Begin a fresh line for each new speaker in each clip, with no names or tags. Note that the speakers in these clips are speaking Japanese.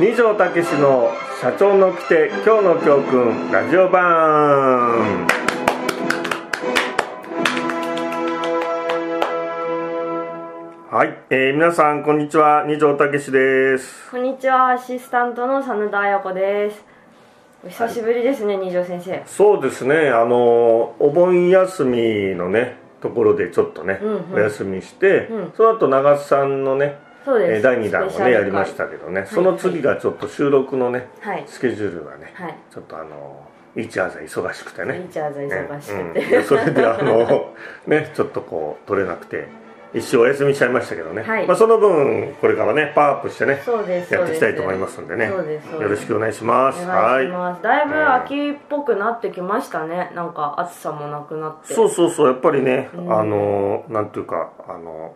二条武史の社長の来て今日の教訓ラジオ版はい、えー、皆さんこんにちは二条武史です
こんにちは、アシスタントの真田彩子です。お久しぶりですね、二条先生。
そうですねあのお盆休みのねところでちょっとね、
うんうん
お休みして、
うん
その後長津さんのね
そうです。
えー第2弾を
スペシャ
ね
ル
や
回
りまし。たけどね、その次がちょっと収録のね、
はい。
スケジュールがね、
はい。
ちょっとあの一朝忙しくて
リ
ね
チャーズ忙しく
ねうん
て。
でそれであ のねちょっとこう取れなくて一生お休みしちゃいましたけどね、
はい
まあ、その分これからねパワーアップしてね
そうです。。
やっていきたいと思いますすんでね
そうですそうで
よ
す
ろしくお願いします
お願いし
は
ます。だいぶ秋っぽくなってきましたね。なんか暑さもなくなっ
い
て。。
そううそうそうやっぱりね、
うん
あのなんていうかあの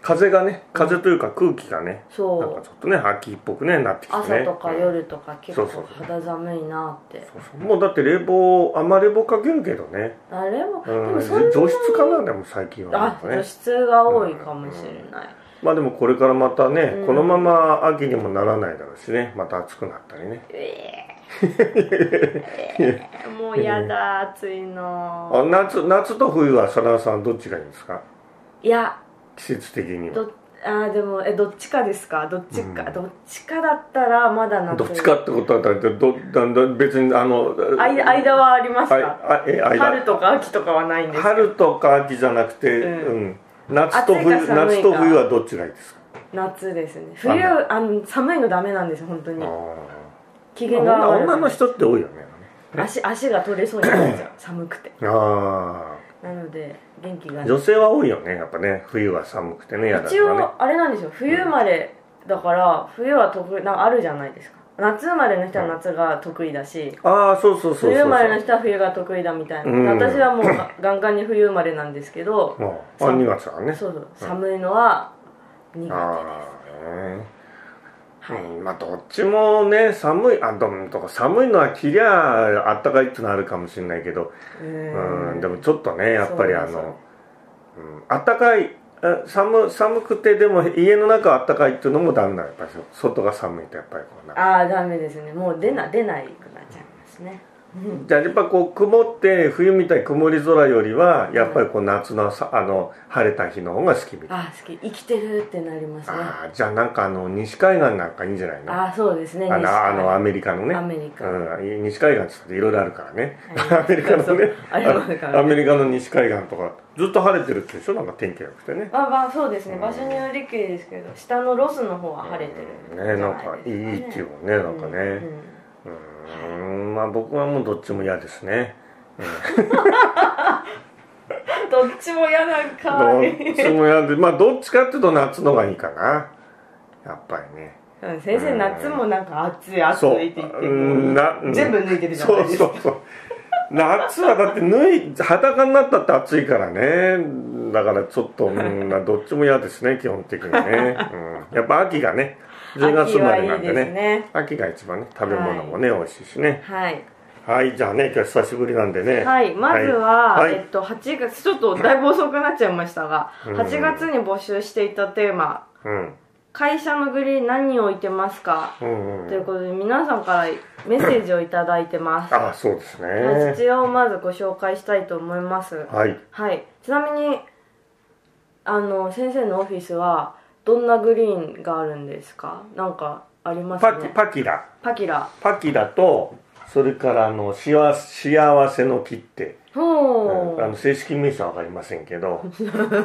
風がね風というか空気がね、
そ
なんか
う。
ちょっとね秋っぽくねなってきてね
朝とか夜とか結構
そうそうそう
肌寒いなって。
そうそうもうだって冷房あんま冷房かけるけどね、
誰も、で
うん、
もそんなに。
除湿かなでも最近は
あ、
ね
除湿が多いかもしれない。
まあでもこれからまたね、
うん
このまま秋にもならないだろうしねまた暑くなったりね
ええええもうやだ暑いの
あ夏夏と冬は真田さんどっちがいいんですか
いや
季節的には
どあーでもえどっちかですかどっちか、
うん
どっちかだったらまだ夏
どっちかってことはだってどだんだん別にあの
間間はありますか、
あいあえ間
春とか秋とかはないんですか
春とか秋じゃなくて、う
うん
夏と冬
暑いか寒いか
夏と冬はどっちがいいですか
夏ですね
あ
冬
な
あの寒いのダメなんです本当
あ
に
ー
機嫌が
女女
悪く
の
なる
人って多いよね
足足が取れそうになっちゃう寒くて
ああ
なので元気がない
女性は多いよねやっぱね冬は寒くてねやだ
一
とかね
応あれなんですよ冬生まれだから冬は得なんかあるじゃないですか夏生まれの人は夏が得意だし
ああそうそうそうそうそう
冬生まれの人は冬が得意だみたいな、
うん
私はもうがガンガンに冬生まれなんですけど
もうあ2月はね
そうそう寒いのは苦手
ああ、
はい
うんまあどっちもね寒いあでもとか寒いのは切りゃあったかいってのはあるかもしれないけど
う
うん
ーん
でもちょっとねやっぱりあ
そうなん
のうんあったかいあ寒寒くてでも家の中はあったかいっていうのもダメなのやっぱりそう外が寒いとやっぱりこうな
ああダメですねもう出な出ないくなっちゃいますねうん
じゃあやっぱこう曇って冬みたいに曇り空よりはやっぱりこう夏のさあの晴れた日の方が好きみたい
ああ好き生きてるってなりますね
ああーじゃあなんかあの西海岸なんかいいんじゃないのあ
ああそうですね西
のあのア
海
メリカのね
アメリカ
うん、西海岸って言っていろいろあるからね、
はい
アメリカの
そ
ね
うあれもだから
アメリカの西海岸とかずっと晴れてるってでしょなんか天気が良くてね
まあまあそうですね
うん
場所によりきりですけど下のロスの方は晴れてる
ねなんかいいっていうもんねなんかね
うん
うーんまあ僕はもうどっちも嫌ですね
うんどっちも嫌な
ど
顔
っちも嫌でまあどっちかっていうと夏のがいいかなやっぱりね
うん先
う
生
ん
夏もなんか暑い暑
そう
いって言って
うんなうん
全部脱いでるじゃな
そ
いうですか
そうそう夏はだって脱い裸になったって暑いからねだからちょっと、うん、などっちも嫌ですね基本的にね、うん、やっぱ秋がね10月生まれなんでね
秋はいいです
秋が一
ね
番ね食べ物もね、美味しいしね
はい、
はいじゃあね今日久しぶりなんでね
はい、まずは、
はい
えっと、8月ちょっとだいぶ遅くなっちゃいましたが、
うん
8月に募集していたテーマ
うん
「会社のグリーン何を置いてますか?
うん」
といううんことで皆さんからメッセージをいただいてます
あそうです
まあ
ね
そちらをまずご紹介したいと思います
はい
はいちなみにあの先生のオフィスはどんなグリーンがあるんですかなんかあります
パキ
ね
パキラ
パキラ
パキラとそれからあの幸せ幸せの木って
ほ
うんあ
う
の正式名称は分かりませんけ どうん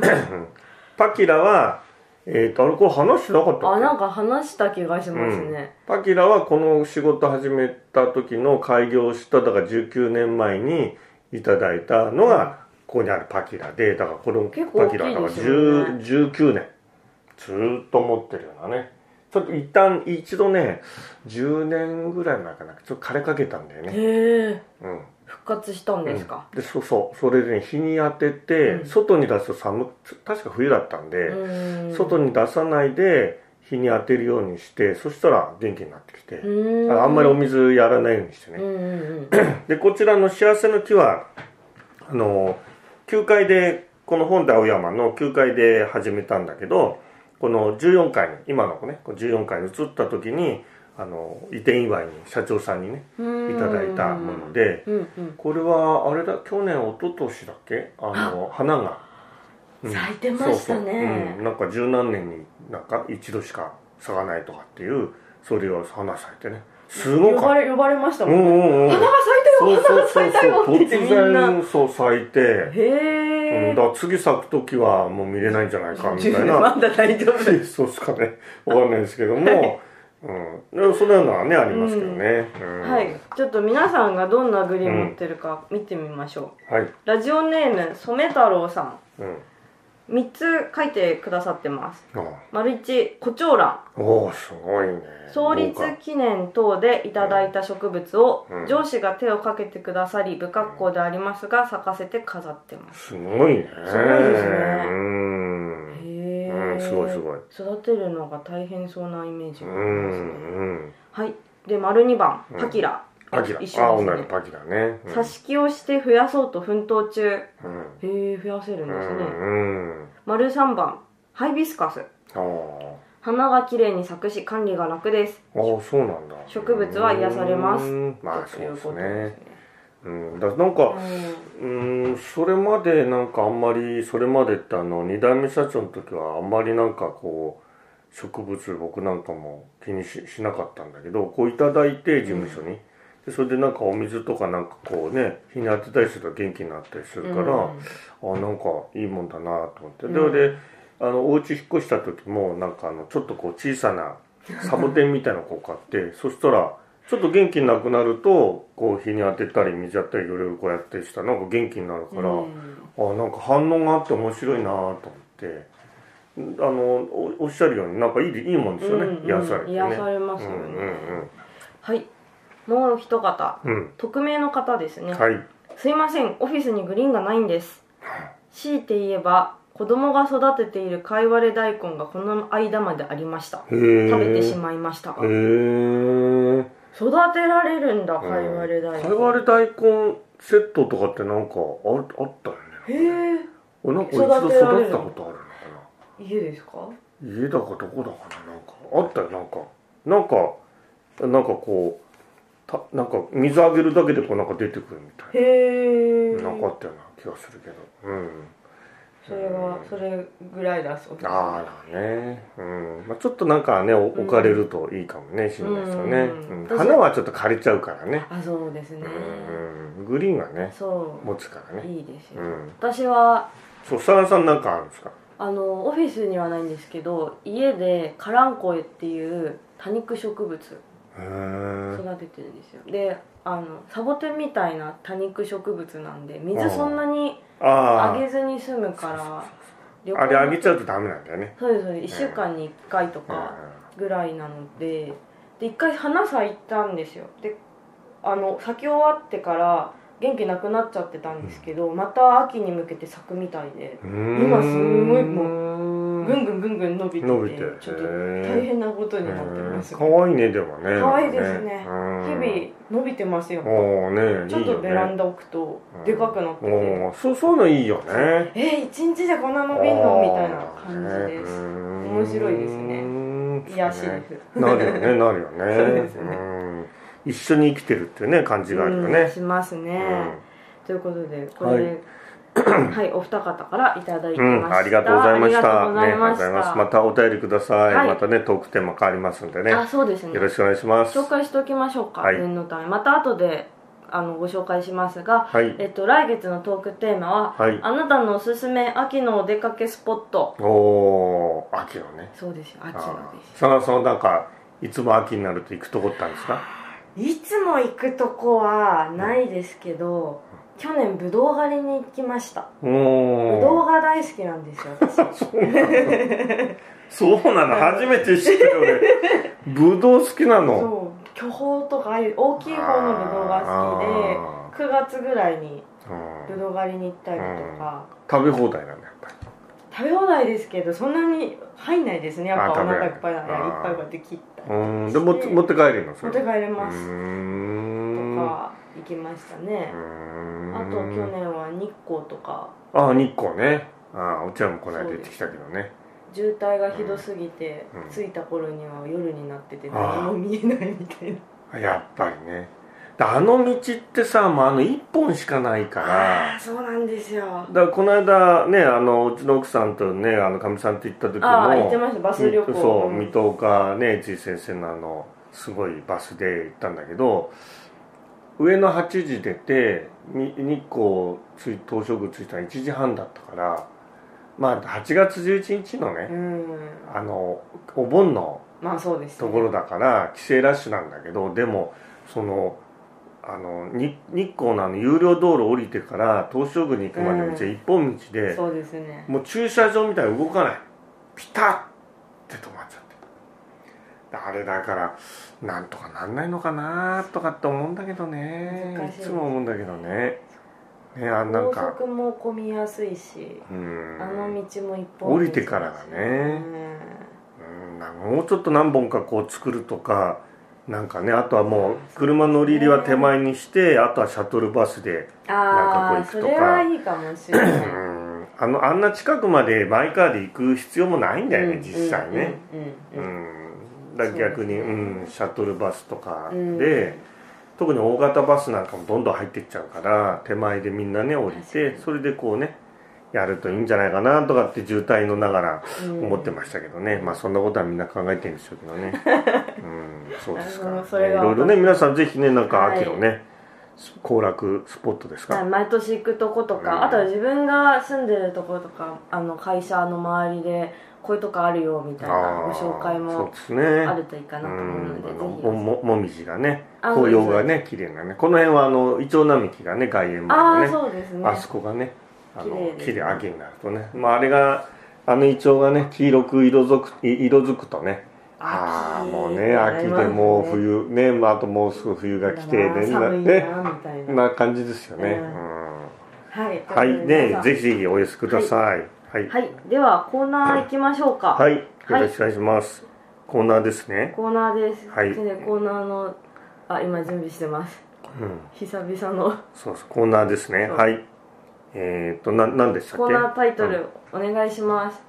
パキラはえっ、とあれこれ話してなかったっけ
あなんか話した気がしますね、
パキラはこの仕事始めた時の開業しただから19年前にいただいたのがここにあるパキラでだからこの
結構
パ
大き
キ
い
ラだから
ですよね
10 19年ずーっと持ってるようなねちょっと一旦一度ね10年ぐらい前かなちょっと枯れかけたんだよね、
へえ
うん、
復活したんですか、
でそうそうそれで、ね、日に当てて、
うん
外に出すと寒く確か冬だったん
う
で、
ーん、
外に出さないで日に当てるようにしてそしたら元気になってきて、
うー
ああんまりお水やらないようにして
うん
ね、
うん
でこちらの「幸せの木は」あの9階でこの本田青山の9階で始めたんだけどこの14階に今のねこう14階に移った時にあの移転祝いに社長さんにねい
い
ただいたもので
うんうん
これはあれだ去年一昨年だっけあの花が、うん
咲いてました
そうそう、う
ね
ん、なんか十何年になんか一度しか咲かないとかっていうそれを花咲いてねすご
呼ば
かっ
れ呼ばれました
たう
もん
ん
ね
うんうん
花が咲いたよ花が咲いたよって言ってみ
突
んな
然そう咲いて、
へ
う
え
ん、だから次咲く時はもう見れないんじゃないかみたいな
まだ大丈夫です
そうですかね。わかんないですけども、うん。でそのようなのはねありますけどね。うん
はいちょっと皆さんがどんなグリーン持ってるか見てみましょう、
はい。
ラジオネーム染太郎さ
うん。
ん3つ書いてくださってます
あ
丸1胡蝶蘭
あ、おおすごいね。
創立記念等でいただいた植物を
うん
上司が手をかけてくださり不格好でありますが咲かせて飾ってま
す
す
ごいね。
すごいですね
うん。
へ
うんすごいすごい
育てるのが大変そうなイメージ
う
があります
ん
ね
うん。
はいで丸2番
うん
パキラ、
パキラ。
一
ああ、女
緒で
の
すね
パキラね。うん
挿し木をして増やそうと奮闘中へ
うん。
え増やせるん
う
ですね、
ん。うん。
丸3番ハイビスカス
ああ。
花が綺麗に咲くし管理が楽です
ああ、そうなんだ。
植物は癒されます
うんまあ、そう
とい
で
う
す
こと
ね。うん。だなんか、うーんそれまでなんかあんまりそれまでってあの2代目社長の時はあんまりなんかこう植物僕なんかも気にししなかったんだけどこういただいて事務所に、でそれでなんかお水とかなんかこうね日に当てたりすると元気になったりす
う
る
ん
から、
うん
あなんかいいもんだなと思って、
うん
でであのお家引っ越した時もなんかあのちょっとこう小さなサボテンみたいなのをこう買って そしたらちょっと元気なくなるとこう日に当てたり水やったりいろいろこうやってしたらなんか元気になるから、
うん
あなんか反応があって面白いなと思ってんあのおおっしゃるようになんかいいいいもんですよね、
うんうん
癒されてね。
癒されます
う
よ
ん
ね、
うん
はいもう一方
うん
匿名の方です
う
ね、
んはい
すいませんオフィスにグリーンがないんです強いて言えば子供が育てているかいわれ大根がこの間までありました食
食
べてしまいました
へえ
育てられるんだかいわれ大
かいわ
根
れ大根セットとかってなんかああったよね
へえ
俺なんか一度
育てられる
育てたことあるのか
家ですか
な家だかどこだかななんかあったよなんかなんかなんかこうたなんか水あげるだけでこうなんか出てくるみたい
へえ
ななんかあったような気がするけどうん
それはそれぐらいだそうです
ああだねうん、まあ、ちょっとなんかねお置かれるといいかもねしないですよね、
うん
うん花はちょっと枯れちゃうからね
あそうですね
うんグリーンはね
そ
持つから
う
ね
いいです
う
よ、
ん
私は
そう、佐賀さんなんかあるんですか。
あのオフィスにはないんですけど家でカランコエっていう多肉植物
へえ。
育ててるんですよであのサボテンみたいな多肉植物なんで水そんなに
あ
あ
あ。
げずに済むか
そうそう
ら旅行
あれあげちゃうとダメなんだよね。
そうですそうです1週間に1回とかぐらいなのでで1回花咲いたんですよであの咲き終わってから元気なくなっちゃってたんですけどまた秋に向けて咲くみたいで
うん
今すごいも
う
ぐんぐんぐんぐん伸びてて
伸びて。
ちょっと大
へえ
変なことになってます
へえ可愛いねでもね。
可愛いですね
日
日々伸びてますよ
々。おおね。
ちょっ
いいよ
と
ね
ベランダ置くと
うん
でかくなってて、
おお、そうそういうのいいよね。
えー、一日でこんな伸びんのみたいな感じです、面
面
白いですね癒やしです、
なるよね、なるよね。
そうですね
うん一緒に生きてるっていうね感じがあるよ
うん
ね。
しますね、
うん
ということでこれ で、はい、お二方からいただき
う
ました、
ん、ありがとうございました。
ありがとうございまし
ねありがとうございます
た、
またお便りください。
はい
またね、トークテーマ変わりますんでね。
あ
よ
そうですね
ろしくお願いします。
紹介しておきましょうか、
はい
念のためまた後であのご紹介しますが、
はい。
えっと、来月のトークテーマは、
はい
あなたのおすすめ秋のお出かけスポット
おー、秋のね。
そうですよ秋の
あ
です
ー佐賀さんはなんか、いつも秋になると行くとこったんですか
いつも行くとこはないですけど、去年ぶどう狩りに行きました
お
ぶど
ー
う。が大好きなんですよ私
そうなの、初めて知ったよ、 俺。ぶどう好きなの。
そう巨峰とかああいう大きい方のぶどうが
あ
好きで9月ぐらいに
ーう
ぶ
ん
どう狩りに行ったりとか、
食べ放題なんだ、やっぱり。
食べ放題ですけどそんなに入んないですねやっぱお
あ食べ
腹いっぱいだからい
あー
っぱいこうやって切ったり
うん。で、持って持って帰るの、そ
持
れ。
って帰れ
う
ますと
ーん。
か行きましたね
う、ーん
あと去年は日光とか
ああ日光ねああお茶もこの間出てきたけどね
渋滞がひどすぎて、
うん
着いた頃には夜になってて何も見えないみたい な
やっぱりねであの道ってさもうあの1本しかないか
あ
ら
あそうなんですよ
だからこの間ねあのうちの奥さんとねあのかみさんと行った時も
ああ行ってましたバス旅行
みそう
うん
水戸岡ね一井先生のあのすごいバスで行ったんだけど上の8時出てに日光つい東照宮着いたの1時半だったからまあ8月11日の
う
ね
ん
あのお盆の
まあそうです
ところだから帰省ラッシュなんだけどでもそのあの日日光のあの有料道路降りてから東照宮に行くまでの道は一本道で、
そうですね
もう駐車場みたいに動かないピタッって止まっちゃってあれだからなんとかなんないのかなとかって思うんだけどね
難しい
い
で
つ
す
も思うんだけどねねあなん
高
か
速も混みやすいし
う
あの
ん
道も一本
降りてからがねうんなんかもうちょっと何本かこう作るとかなんかねあとはもう車乗り入れは手前にしてあとはシャトルバスで
うんあ
なん
あ
かこ
そう
行くとか
れはいいかもしれな
う
い
んあのあんな近くまでマイカーで行く必要もないんだよね、実際ね、
うん
う
うんうん
ん、だから逆に
そ
う、
うですね
ん、シャトルバスとかで、
うん
特に大型バスなんかもどんどん入ってっちゃうから手前でみんなね降り
確か
て
に
それでこうねやるといいんじゃないかなとかって渋滞のながら
うん
思ってましたけどね、まあそんなことはみんな考えてるんでしょうけど ね、うん、そうですか、ね
なるほ、ど
い
それが
ろいろね皆さんぜひねなんか
はい
秋のね、行楽スポットですか、
はい毎年行くとことか、
うん
あとは自分が住んでるとことかあの会社の周りでこういうとこあるよみたいなご紹介
そう
も
ですね
あるといいかなと思うので、
うん
ぜ
もももみじがね
あ
紅葉がね綺麗なねこの辺はあのイチョウ並木がね外苑
ひあ
ま
あ
で
ー
ね
そうですね
あそこがねあの
綺麗です
綺
ね
麗秋になるとね、まあ、あれがあのイチョウがね黄色く色づくい色づくとねああもうね秋でもう冬ね、まあ、あともうすぐ冬が来て
ね
ね
寒いな
ね
みたいな、
な感じですよね、
う
うん
はい
は
と
いう
ことで
ね
皆さん
ぜひぜひお寄せくださいはい、
はいではコーナー行きましょうか、
はいよろしくお願いします、コーナーですね、
コーナーです、
はい
でコーナーのあ今準備してます
うん、
久々の
そうそうコーナーですね
そう
はいえっ、ー、とな何でしたっけ
コーナータイト
うん
ルお願いします、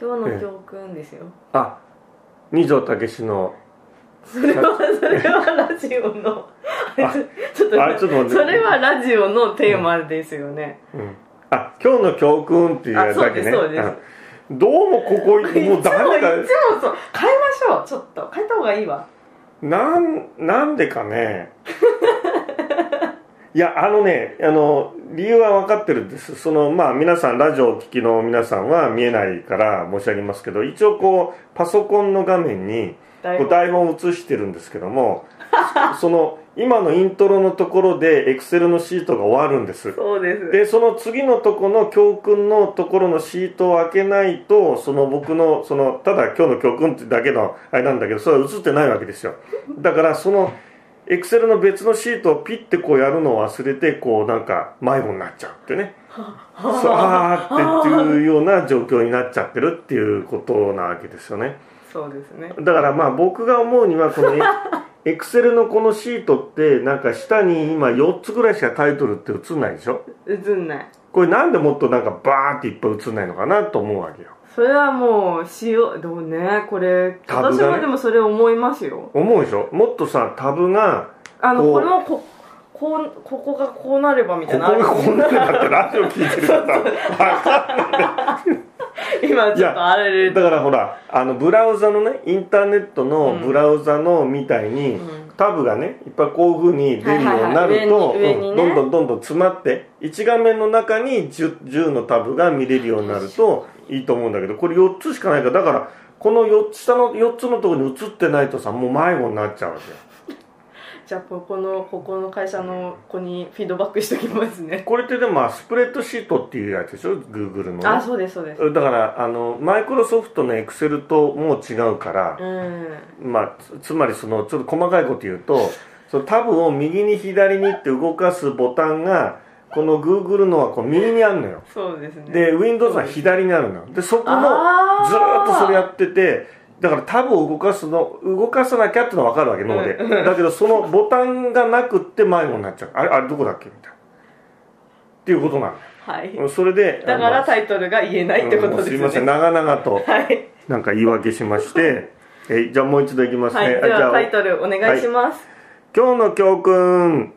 今日の教訓ですよ
あ二条武志の
それはそれはラジオの
あ
ちょっと
あちょっと待って
それはラジオのテーマですよね、
うんあ今日の教訓っていうやつだけね
あそうですそうで
うんどうもここもう誰が
いつもそう変えましょうちょっと変えた方がいいわ
なんなんでかねいやあのねあの理由は分かってるんですそのまあ皆さんラジオをお聞きの皆さんは見えないから申し上げますけど一応こうパソコンの画面に
台
こ
本
う台本を写してるんですけどもそその今のイントロのところでエクセルのシートが終わるんです
そうです
でその次のとこの教訓のところのシートを開けないとその僕のそのただ今日の教訓ってだけのあれなんだけどそれは映ってないわけですよだからそのエクセルの別のシートをピッてこうやるのを忘れてこうなんか迷子になっちゃうってねそうあーってっていうような状況になっちゃってるっていうことなわけですよね
そうですね
だからまあ僕が思うにはこのエエクセルのこのシートってなんか下に今4つぐらいしかタイトルって映んないでしょ
映んない
これなんでもっとなんかバーっていっぱい映んないのかなと思うわけよ
それはもうしようどうねこれ
タブがね
私もでもそれ思いますよ
思うでしょもっとさタブが
あの
こう
これもここうここがこうなればみ
こ
たい
こ
なのある
がこんなになってラジオ聞いてる方わかんない
今
い
ちょっと
や
あれ れ
だからほらあのブラウザのねインターネットのブラウザのみたいに、
うん
タブがねいっぱいこういうふうに出るようになると、
はいはいはい上に上にね
うんどんどんどんどん詰まって1画面の中に 10, 10のタブが見れるようになるといいと思うんだけどこれ4つしかないからだからこの4つ下の4つのところに映ってないとさもう迷子になっちゃうわけよ
じゃあここのここの会社の子にフィードバックしときますね
これってでもまあスプレッドシートっていうやつでしょ Google のね
あそうですそうです
だからあのマイクロソフトの Excel ともう違うから
う、ん
まあ、つつまりそのちょっと細かいこと言うとそのタブを右に左にって動かすボタンがこの Google のはこう右にあるのよ
そうですね
で Windows は左にあるのよでそこも
あー
ずーっとそれやっててだからタブを動かすの動かさなきゃってのは分かるわけ脳で、だけどそのボタンがなくって迷子になっちゃうあれあれどこだっけみたいなっていうことなのよ
はい
それで
だか
あ
ら
の
タイトルが言えないってことです
うんすい
ね、
ません長々と
はい、
なんか言い訳しまして、えーじゃあもう一度いきますね、
はい、
あ
で
じゃ
は
あ
タイトルお願いします、
今日の教訓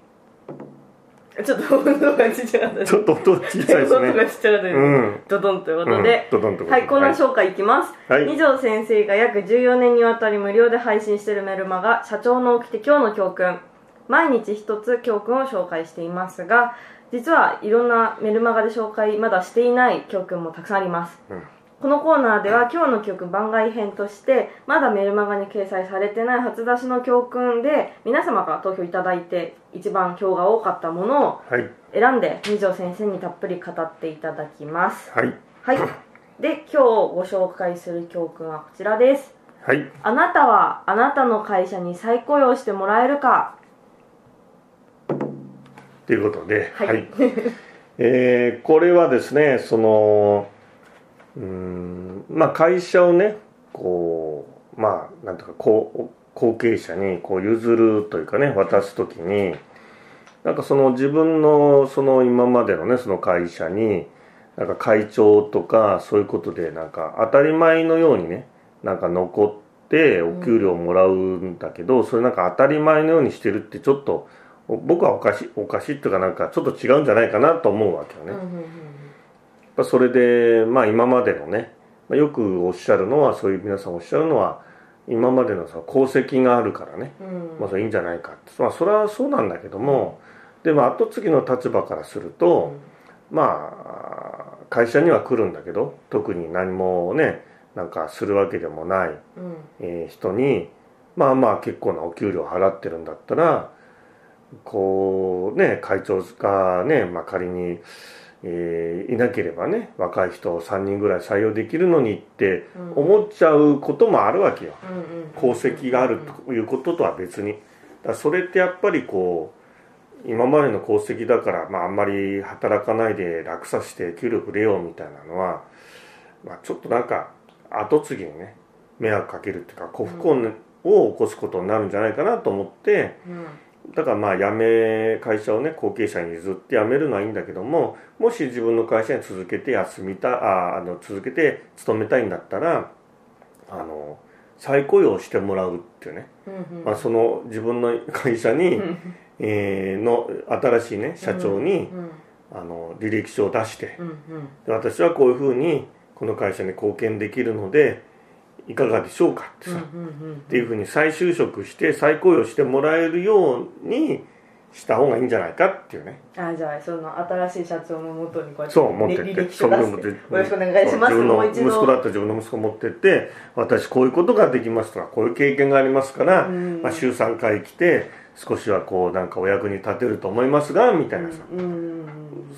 ちょっと音がちっちゃかったです
ちょっと音が小さい ですね
音がちっちゃかったです、
うん
ドドンということ
うん
で、
ドドンということで
はいコーナー紹介いきます、
はい
二条先生が約14年にわたり無料で配信しているメルマガ「社長の起きて今日の教訓」毎日一つ教訓を紹介していますが実はいろんなメルマガで紹介まだしていない教訓もたくさんあります、
うん
このコーナーでは今日の教訓番外編としてまだメルマガに掲載されてない初出しの教訓で皆様が投票いただいて一番票が多かったものを
はい
選んで二条先生にたっぷり語っていただきます
はい
はいで今日ご紹介する教訓はこちらです
はい
あなたはあなたの会社に再雇用してもらえるか
という ことで、
はい、
えーこれはですねそのうーんまあ会社をねこうまあなんとかこう後継者にこう譲るというかね渡す時になんかその自分のその今までのねその会社になんか会長とかそういうことでなんか当たり前のようにねなんか残ってお給料もらうんだけど、それなんか当たり前のようにしてるってちょっと僕はおかしいおかしいっていうかなんかちょっと違うんじゃないかなと思うわけよね。
うんうん
まあそれで、まあ、今までのね、まあよくおっしゃるのはそういう皆さんおっしゃるのは今までのさ功績があるからね、
うんうん
まあ、それいいんじゃないかって、まあ、それはそうなんだけどもでも後継ぎの立場からすると、まあ会社には来るんだけど特に何もねなんかするわけでもない
うん
えー人にまあまあ結構なお給料払ってるんだったらこうね会長がね、まあ、仮に、えーいなければね若い人を3人ぐらい採用できるのにって
うん
思っちゃうこともあるわけよ
うんう
功
ん
績があるということとは別にだからそれってやっぱりこう今までの功績だから、まあ、あんまり働かないで楽させて給料くれよみたいなのは、まあ、ちょっとなんか後継ぎにね迷惑かけるっていうかこう不幸を起こすことになるんじゃないかなと思って
うんうん
だからまあ辞め会社をね後継者に譲って辞めるのはいいんだけどももし自分の会社に続けて休みたああの続けて勤めたいんだったらあの再雇用してもらうっていうね
うんうん
まあ、その自分の会社に、えーの新しいね社長に、
うん
あの履歴書を出して
うんうん
で私はこういうふうにこの会社に貢献できるのでいかがでしょうかって
う
さ、
ん
っ
うんうん
ていうふうに再就職して再雇用してもらえるようにした方がいいんじゃないかっていうね
あじゃあその新しい社長のもとにこうやって
そう持ってって
ね履歴
そ
書
う
出
持
し
ってて
よろしくお願いします
そう自分
も
の
う一
息子だ
度
った自分の息子持ってって私こういうことができますとかこういう経験がありますから、
うん
まあ、週3回来て少しはこうなんかお役に立てると思いますがみたいなさ、
うんうん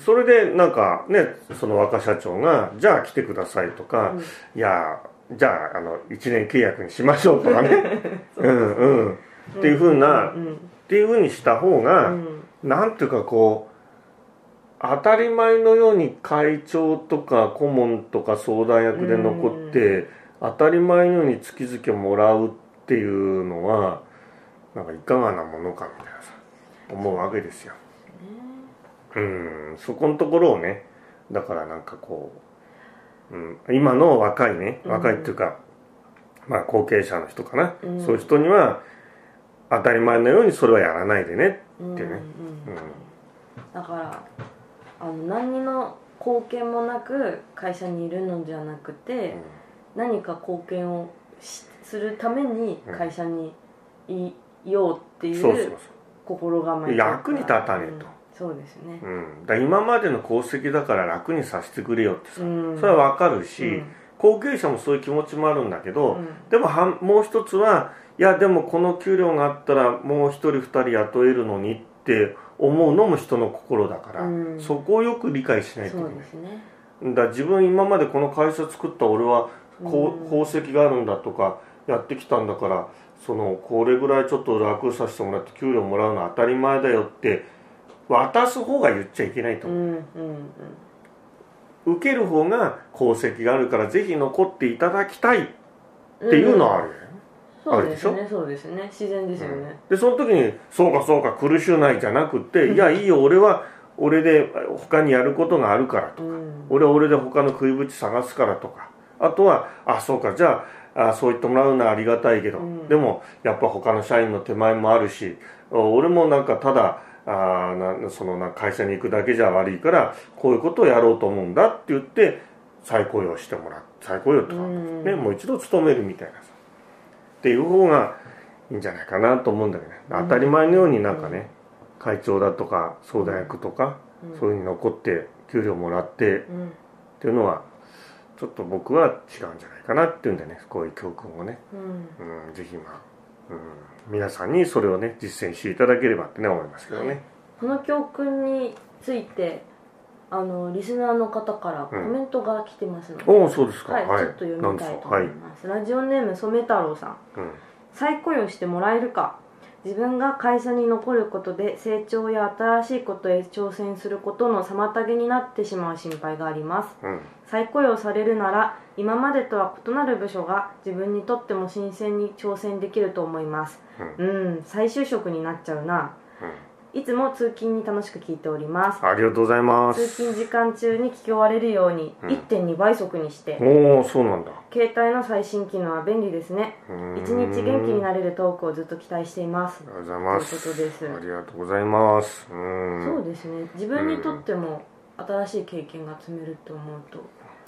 それでなんかねその若社長が「じゃあ来てください」とか
うん
「いやじゃああの1年契約にしましょう」と かねうんうんっていうふうな、
うん
っていうふうにした方
う
が、
ん
なんていうかこう当たり前のように会長とか顧問とか相談役で残って当たり前のように月々もらうっていうのはなんかいかがなものかみたいなさ思うわけですよ。うんそこのところをねだからなんかこう、うん、今の若いね
うん
若いっていうか、まあ後継者の人かな、
うん
そういう人には当たり前のようにそれはやらないでね
うん
ってね
うん
うん
だからあの何にの貢献もなく会社にいるのじゃなくて、何か貢献をしするために会社にい,、ようってい
そうそう
う心構えというか
役に立たねえと
うんそうですね
そう、うん、だから今までの功績だから楽にさせてくれよってさ、
うん
それはわかるし、
うん
後継者もそういう気持ちもあるんだけど、
うん
でもはんもう一つはいやでもこの給料があったらもう一人二人雇えるのにって思うのも人の心だから、
うん
そこをよく理解しないといけ
そう
ない
ですね
だから自分今までこの会社作った俺はこ
う
うん功績があるんだとかやってきたんだからそのこれぐらいちょっと楽させてもらって給料もらうのは当たり前だよって渡す方が言っちゃいけないと
う
思
んうん
う、受ける方が功績があるからぜひ残っていただきたいっ
うん
ていうのはあるよね、
そう
ある
で
でしょ
すねそうですね自然ですよね、
でその時に「そうかそうか苦しゅうない」じゃなくて「いやいいよ俺は俺で他にやることがあるからと
う
か、
ん
俺は俺で他の食い口探すからとかあとはあそうかじゃああそう言ってもらうのはありがたいけど、
うん
でもやっぱ他の社員の手前もあるしお俺もなんかただあーなそのな会社に行くだけじゃ悪いからこういうことをやろうと思うんだって言って再雇用してもらう再雇用とか、
うん
ね、もう一度勤めるみたいなさっていう方がいいんじゃないかなと思うんだけどね
うん
当たり前のようになんかね、会長だとか相談役とか、
うん
そういうふうに残って給料もらって
うん
っていうのはちょっと僕は違うんじゃないかなっていうんでねこういう教訓をね、
うん
うん、ぜひまあ、うん、皆さんにそれをね実践していただければってね思いますけどね
この教訓についてあのリスナーの方からコメントが来てますので、
おおそうですか
はい、ちょっと読
なん
み
で
た
し
い
ょ
と
う
思
はいい、
ます、ラジオネーム染太郎さ
う
ん
ん
再雇用してもらえるか自分が会社に残ることで成長や新しいことへ挑戦することの妨げになってしまう心配があります
うん
再雇用されるなら今までとは異なる部署が自分にとっても新鮮に挑戦できると思います
うん
うん再就職になっちゃうないつも通勤に楽しく聞いております
うん、ありがとうございま
通
す
勤時間中に聞き終われるように
うん
1.2倍速にして
おおそうなんだ
携帯の最新機能は便利ですね一
一
日元気に
あ
なれるトークをずっと期待しています
りがとうございます
ということです
ありがとうございますうん
そうですね自分にとっても新しい経験が積めると思うと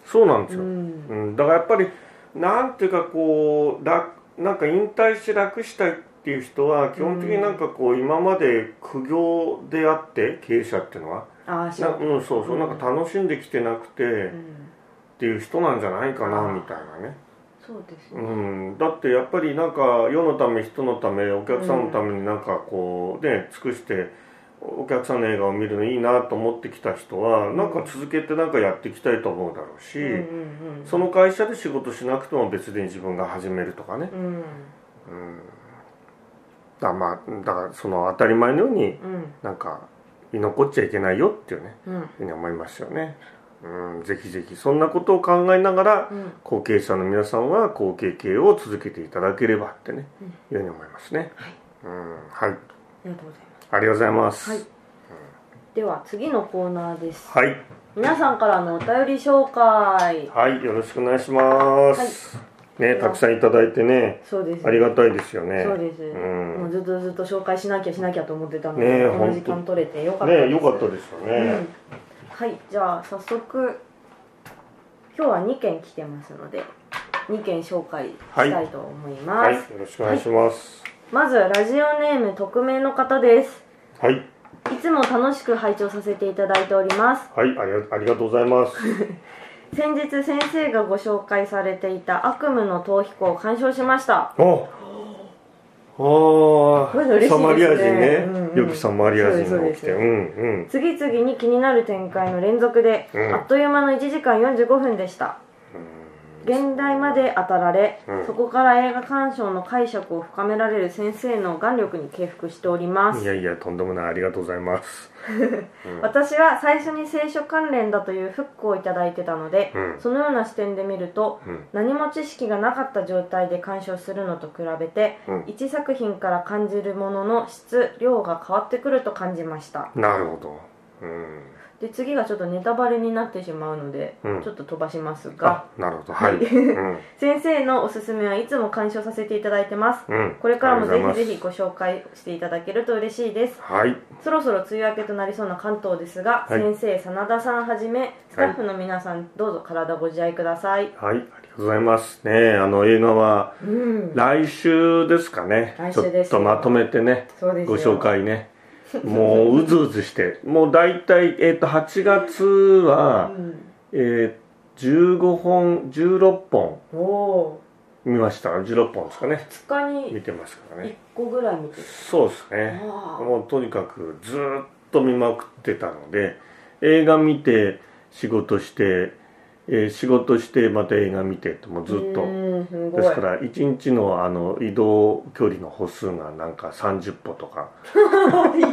そうなんです
う
よ、
ん
うん、だからやっぱりなんていうかこう楽なんか引退して楽したいっていう人は基本的になんかこう今まで苦行であって経営者っていうのは
ああ仕
な
事
うんそうそううんなんか楽しんできてなく
う
て
ん
っていう人なんじゃないかなみたいなね
そうです
う
ね
んだってやっぱりなんか世のため人のためお客さんのためになんかこうね尽くしてお客さんの映画を見るのいいなと思ってきた人はなんか続けてなんかやっていきたいと思うだろうし、
うんうんうん
その会社で仕事しなくても別に自分が始めるとかね
うん
だ,、まあ、だからその当たり前のように
うん
なんか居残っちゃいけないよっていうね
うん
ふうに思いますよねうんぜひぜひそんなことを考えながら
うん
後継者の皆さんは後継経営を続けていただければってね、
うん
いうふうに思いますね
はい
うんはい
ありがとうございま
ありがとうございます
すはいでは次のコーナーです
はい、
皆さんからのお便り紹介
はいよろしくお願いします、ねたくさんいただいてね
そうです
ありがたいですよね
そうです
うん
もうずっとずっと紹介しなきゃしなきゃと思ってたの
ねえ
でこの時
ほん
間取れてよかった
ね
です
良かったですよね、
うんはいじゃあ早速今日は2件来てますので2件紹介したいと思います、
はい、よろしくお願いします。
まずラジオネーム匿名の方です
はい、
いつも楽しく拝聴させていただいております
はい、ありがありがとうござい ます。
先日先生がご紹介されていた悪夢の逃避行を鑑賞しました
お、あ
これ嬉しいですね
サマリア人ね
うん、うん
よくサマリア人が起きて、
そうですそう
う
です
んうん、
次々に気になる展開の連続で、
うん
あっという間の1時間45分でした現代まで当たられ、
うん
そこから映画鑑賞の解釈を深められる先生の眼力に敬服しておりま
い
す
やいやとんでもないありがとうございます。
私は最初に聖書関連だというフックをいただいてたので、
うん
そのような視点で見ると、
うん
何も知識がなかった状態で鑑賞するのと比べて、
うん
一作品から感じるものの質量が変わってくると感じました
なるほど。うん、
で次がちょっとネタバレになってしまうので、
うん
ちょっと飛ばします
あ
が、
なるほど、はい、
はい
うん、
先生のおすすめはいつも鑑賞させていただいてます
うん、
これからもぜ
ありがとうござい
ひぜ
ま
ひご紹介していただけると嬉しいです
す。はい、
そろそろ梅雨明けとなりそうな関東ですが、
はい
先生真田さんはじめスタッフの皆さん、どうぞ体ご自愛ください
はい、ありがとうございます。ね、あの映画は
うん
来週ですかね。
来週です
ちょっとまとめてね。
そうですよ
ご紹介ね もううずうずしてもう大体、えー、と8月
う
は、
ん
えー15本16本
おお
見ました16本ですかね
2日に
見てますから
1
ね
個ぐらい見てる
そうですね
ああ
もうとにかくずーっと見まくってたので映画見て仕事して、えー仕事してまた映画見てってもうずっと
うんすごい
ですから1日のあの移動距離の歩数がなんか30歩とか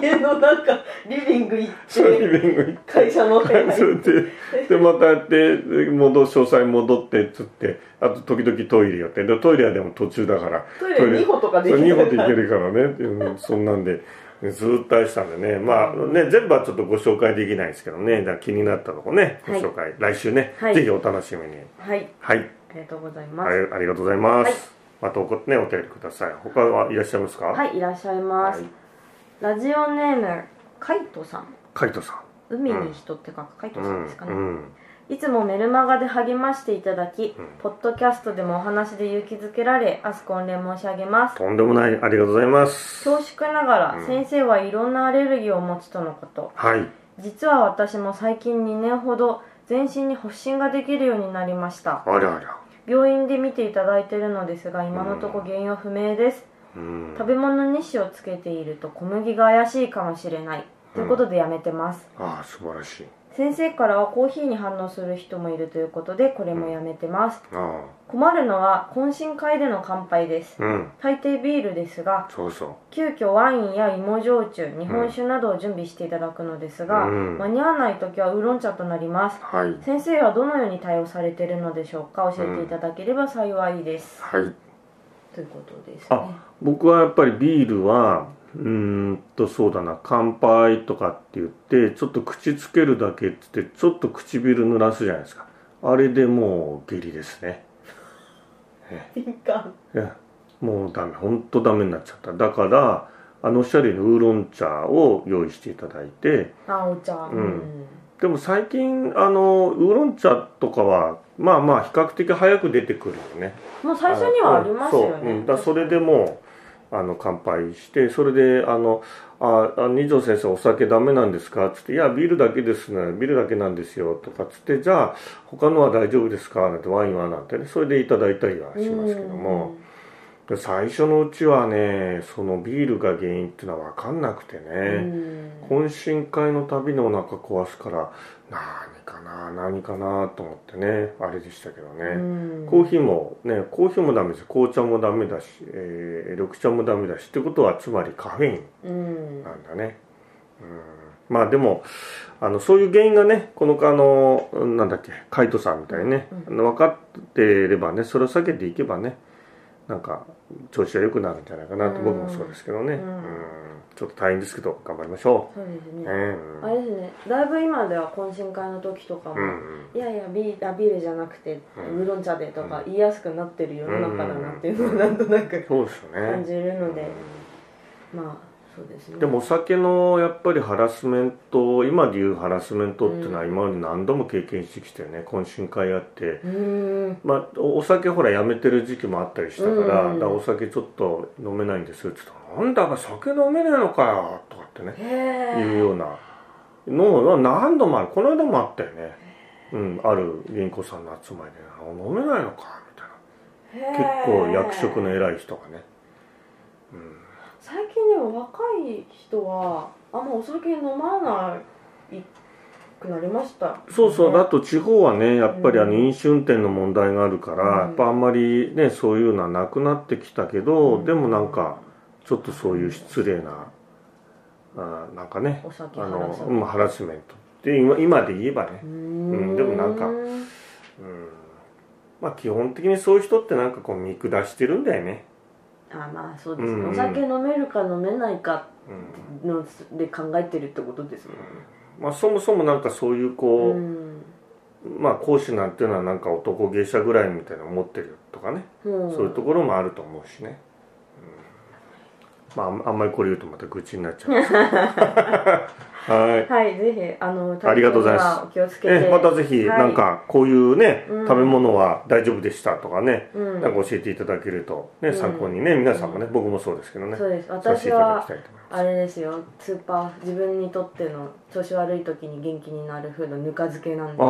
家の中リビング行っ
そうリ
て
ビング行って
会社の部屋に
それででまたやって戻詳細戻ってっつってあと時々トイレ寄ってでトイレはでも途中だから
トイレ2歩とか
それ
でき
2歩で
る
行けるからね、うんそんなんでずっと愛したんでね、まあね、全部はちょっとご紹介できないですけどね、だから気になったとこね、ご紹介、来週ね、
はい
ぜひお楽しみに。
はい
はい、
ありがとうござい
あ
ます
りありがとうございます。
はい
またおこね、お便りください。他はいらっしゃいますか。
はいいらっしゃいます、ラジオネームカイトさん
カイトさ
海に人って書くカイ
ん。
ト
う
さん
ん、
ですかね、
うん、
いつもメルマガで励ましていただき、
うん
ポッドキャストでもお話で勇気づけられ、アスコン礼申し上げます。
とんでもない、ありがとうございます。
恐縮ながら、
うん
先生はいろんなアレルギーをお持ちとのこと。
はい、
実は私も最近2年ほど、全身に発疹ができるようになりました。
あらあら。
病院で診ていただいているのですが、今のところ原因は不明です。
うん、
食べ物に塩をつけていると小麦が怪しいかもしれない。ということでやめてます。
ああ、素晴らしい。
先生からはコーヒーに反応する人もいるということで、これもやめてます。
あ
困るのは懇親会での乾杯です
あ、うん、
大抵ビールですが
そうそう。
急遽ワインや芋焼酎日本酒などを準備していただくのですが、
うん
間に合わない時はウーロン茶となります
はい、
先生はどのように対応されているのでしょうか教えていただければ幸いです、
はい。
ということですね
あ僕はやっぱりビールはうーんとそうだな乾杯とかって言ってちょっと口つけるだけって言ってちょっと唇濡らすじゃないですかあれでもう下痢ですね
敏感
いやもうダメ本当ダメになっちゃっただからあのおっしゃるようにウーロン茶を用意していただいて
あお茶うん
でも最近あのウーロン茶とかはまあまあ比較的早く出てくるよね
もう最初にはありますよ
あのそうう
ね
んだからそれでもうあの乾杯してそれであの「ああ二条先生お酒ダメなんですか?」っつって「いやビールだけですねビールだけなんですよ」とかっつって「じゃあ他のは大丈夫ですか?」なんてワインはなんてねそれでいただいたりはしますけども、で最初のうちはねそのビールが原因っていうのは分かんなくて
うんう
ね、
ん
懇親会のたびにお腹壊すから何かな何かなと思ってねあれでしたけどね、
うん
コーヒーもね、コーヒーもダメです。紅茶もダメだし、えー緑茶もダメだし、ってことはつまりカフェイン
うん
なんだね。うん、まあでも、あの、そういう原因がね、このあの、なんだっけ、カイトさんみたいにね、あの分かってればね、それを避けていけばね、なんか調子が良くなるんじゃないかなと、
うん
僕もそうですけどね、
うん
うんちょっと大変ですけど、頑張りましょ
そうです
う。
ね
ねうん
あれですねだいぶ今では懇親会の時とかも、
うん
いやいやビーあビールじゃなくて
うん
ウーロン茶でとか
うん
言いやすくなってる世の中だなっていうのを
うん
なんとなく
そうですよね。
感じるので
うん
まあそうですね
でもお酒のやっぱりハラスメント今で言うハラスメントっていうのは今まで何度も経験してきてね懇親会あって、
うーん
まあ、おお酒ほらやめてる時期もあったりしたから,、
うん
だからお酒ちょっと飲めないんですよって言ったら「なんだか酒飲めないのかよ」とかってね
へ
いう
え
ようなの何度もあるこの間もあったよね、うん、ある銀行さんの集まりで「飲めないのか」みたいな結構役職の偉い人がね、
最近でも若い人はあんまお酒飲まないくなりました
そうそう、
ね
だと地方はねやっぱりあの
うん
飲酒運転の問題があるから、
うん
やっぱあんまりねそういうのはなくなってきたけど、
うん
でもなんかちょっとそういう失礼な、あーなんかね
お酒
あ
話
の
す
うんハラスメントで今今で言えばね、
ん
うんでもなんかうんまあ基本的にそういう人ってなんかこう見下してるんだよね、
あまあそうです
う
ね
ん
お酒飲めるか飲めないか
うん
ので考えてるってことですもんね
まあ、そもそもなんかそういうこう、
ん
まあ講師なんていうのはなんか男芸者ぐらいみたいなの持ってるとかね
うん
そういうところもあると思うしね、うんまああんあんまりこれ言うとまた愚痴になっちゃう はい
はい、ぜひ、あの、
ありがとうございます
体調にはお気をつけ
え
て。
またぜひ
はい
なんかこういうね、
うん
食べ物は大丈夫でしたとかね、
うん
なんか教えていただけると、ね
うん
参考にね皆さんもね、僕もそうですけどね
そうです。
させて
私
いただ
は
き、たいと思います
あれですよ、スーパー、自分にとっての調子悪い時に元気になるフード、ぬか漬けなんで、
ああ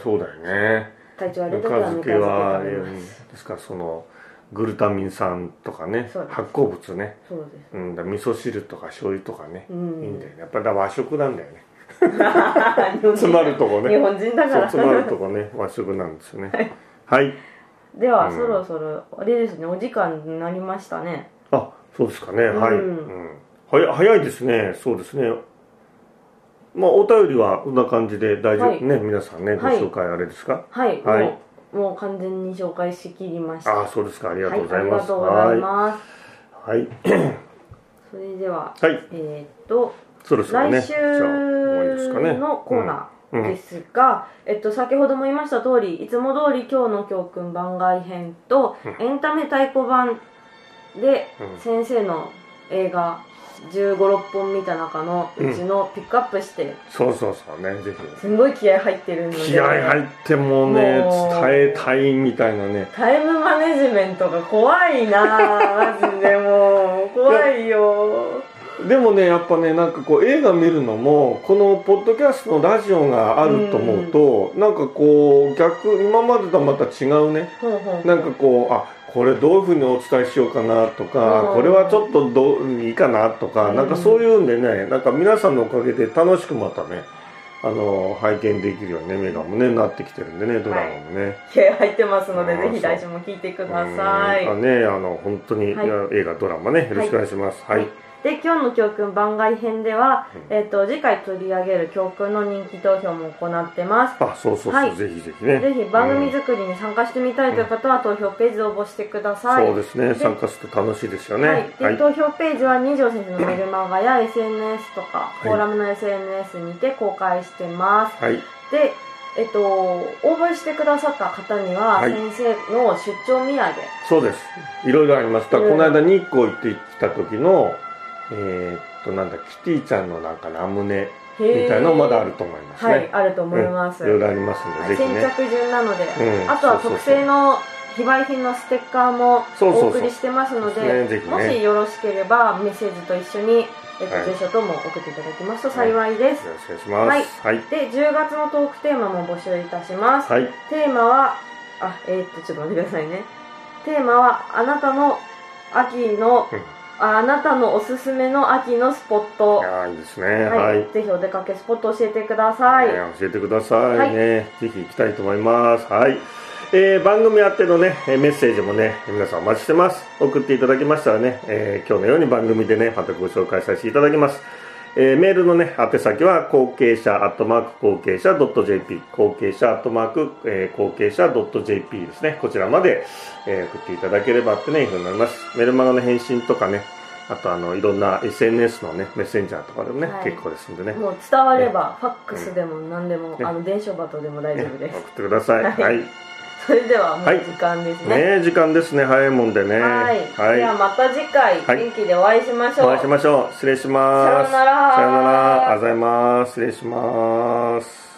そうだよね
体調悪
ぬ
い時
か
はぬ
漬
か漬け
けは、
食べ
う
ま
ん
す。
ですからそのグルタミン酸とかね
そうです
発酵物ね、
そうです。
うん、だから味噌汁とか醤油とかね、
う
いいんだ
ん。
よねやっぱりだから和食なんだよね
詰
詰まるとこね
日本人だ
そ
か
う詰まる
ら。
とこね和食なんですよねはい、
で
う
は、
ん
そろそろ、あれですね、お時間になりましたね。
あそうですかねはい、う
うん
んはや早いですねそうですねまあお便りはこんな感じで大丈夫、
はい
ね皆さんねご
はい
紹介あれですか、
はい、
はい
もう、もう完全に紹介しきりました。
ああそうですかありが
は
とうござい
ありが
ます
とうござい
は
ま
い
す。
はい
それでは
はい
えーっと
そろそろね
来週
じゃあ終わりですかね
のコーナ
う
ー
ん
ですが、えっと、先ほども言いました通りいつも通り今日の教訓番外編と、
う
エンタメ太鼓版で
うん
先生の映画1 5 6本見た中のうちのピックアップして、
そうそうそうねぜひ
すんごい気合入ってるので
気合入ってもうね
もう
伝えたいみたいなね
タイムマネジメントが怖いなぁマジ でもう怖いよ
でもねやっぱねなんかこう映画見るのもこのポッドキャストのラジオがあると思うと、なんかこう逆今までとはまた違うね
ほうほう
なんかこうあこれどういうふうにお伝えしようかなとか、
うん
これはちょっとどういいかなとか、
うん
なんかそういうんでねなんか皆さんのおかげで楽しくまたねあの拝見できるようにね目がもねなってきてるんでねドラマもね。
気合入ってますので
うん
ぜひ来週も聞いてくだ
うん
さい
あねあの本当に、
はい
いや映画ドラマねよろしくお願いします。はい、
で今日の教訓番外編では、えっと次回取り上げる教訓の人気投票も行ってます
あそうそうそう、
はい
ぜひぜひね。
ぜひ番組作りに参加してみたいという方は投票ページで応募してください、
そうですね参加すると楽しいですよね。
はい、で
はい
投票ページは二条先生のメルマガや SNS とか、
い
フォーラムの SNS にて公開してます
はい
でえっと応募してくださった方には、
はい
先生の出張土産
そうです。いろいろありました。
いろいろ
この間日光行ってきた時の、えーっと、なんだ、キティちゃんのなんかラムネみ
へー
たいなのまだあると思います
はい
ね。
あると思います、
いろいろありますんで、ぜひ
先
ね。
着順なので、
うん
あとは特製の非売品のステッカーも
そうそうそう
お送りしてますので
そうですねぜひね
もしよろしければメッセージと一緒に、えっと
はい
住所等も送っていただきますと幸いです、
よろしくお願いします。はい。
で10月のトークテーマも募集いたします、
はい。
テーマはあえーっとちょっと待ってくださいねテーマはあなたの秋の、
うん
ああなたのおすすめの秋のスポット、
ああ、いいですね。
は
はいい。
ぜひお出かけスポット教えてください、
ね教えてくださ
はい
いね、ぜひ行きたいと思います。はい。えー番組あってのね、えーメッセージもね、皆さんお待ちしてます。送っていただきましたらね、えー今日のように番組でね、またご紹介させていただきます。えーメールのね、宛先は、後継者、アットマーク、後継者 .jp、後継者、アットマーク、えー後継者 .jp ですね。こちらまで、えー送っていただければってね、いうふうになります。メルマガの返信とかね、あとあの、いろんな SNS のね、メッセンジャーとかでもね、
はい
結構ですんでね。
もう伝われば、ファックスでも何でも、
ね
あの電書バトでも大丈夫です、
送ってください。
はい
はい。
それではもう
はい
時間ですね
ね時間ですね。早いもんでね。
はい、
はい。
ではまた次回、
はい
元気でお会いしましょう
お会いしましょう。失礼します。
さようなら
さようなら。ありがとうございます。失礼します。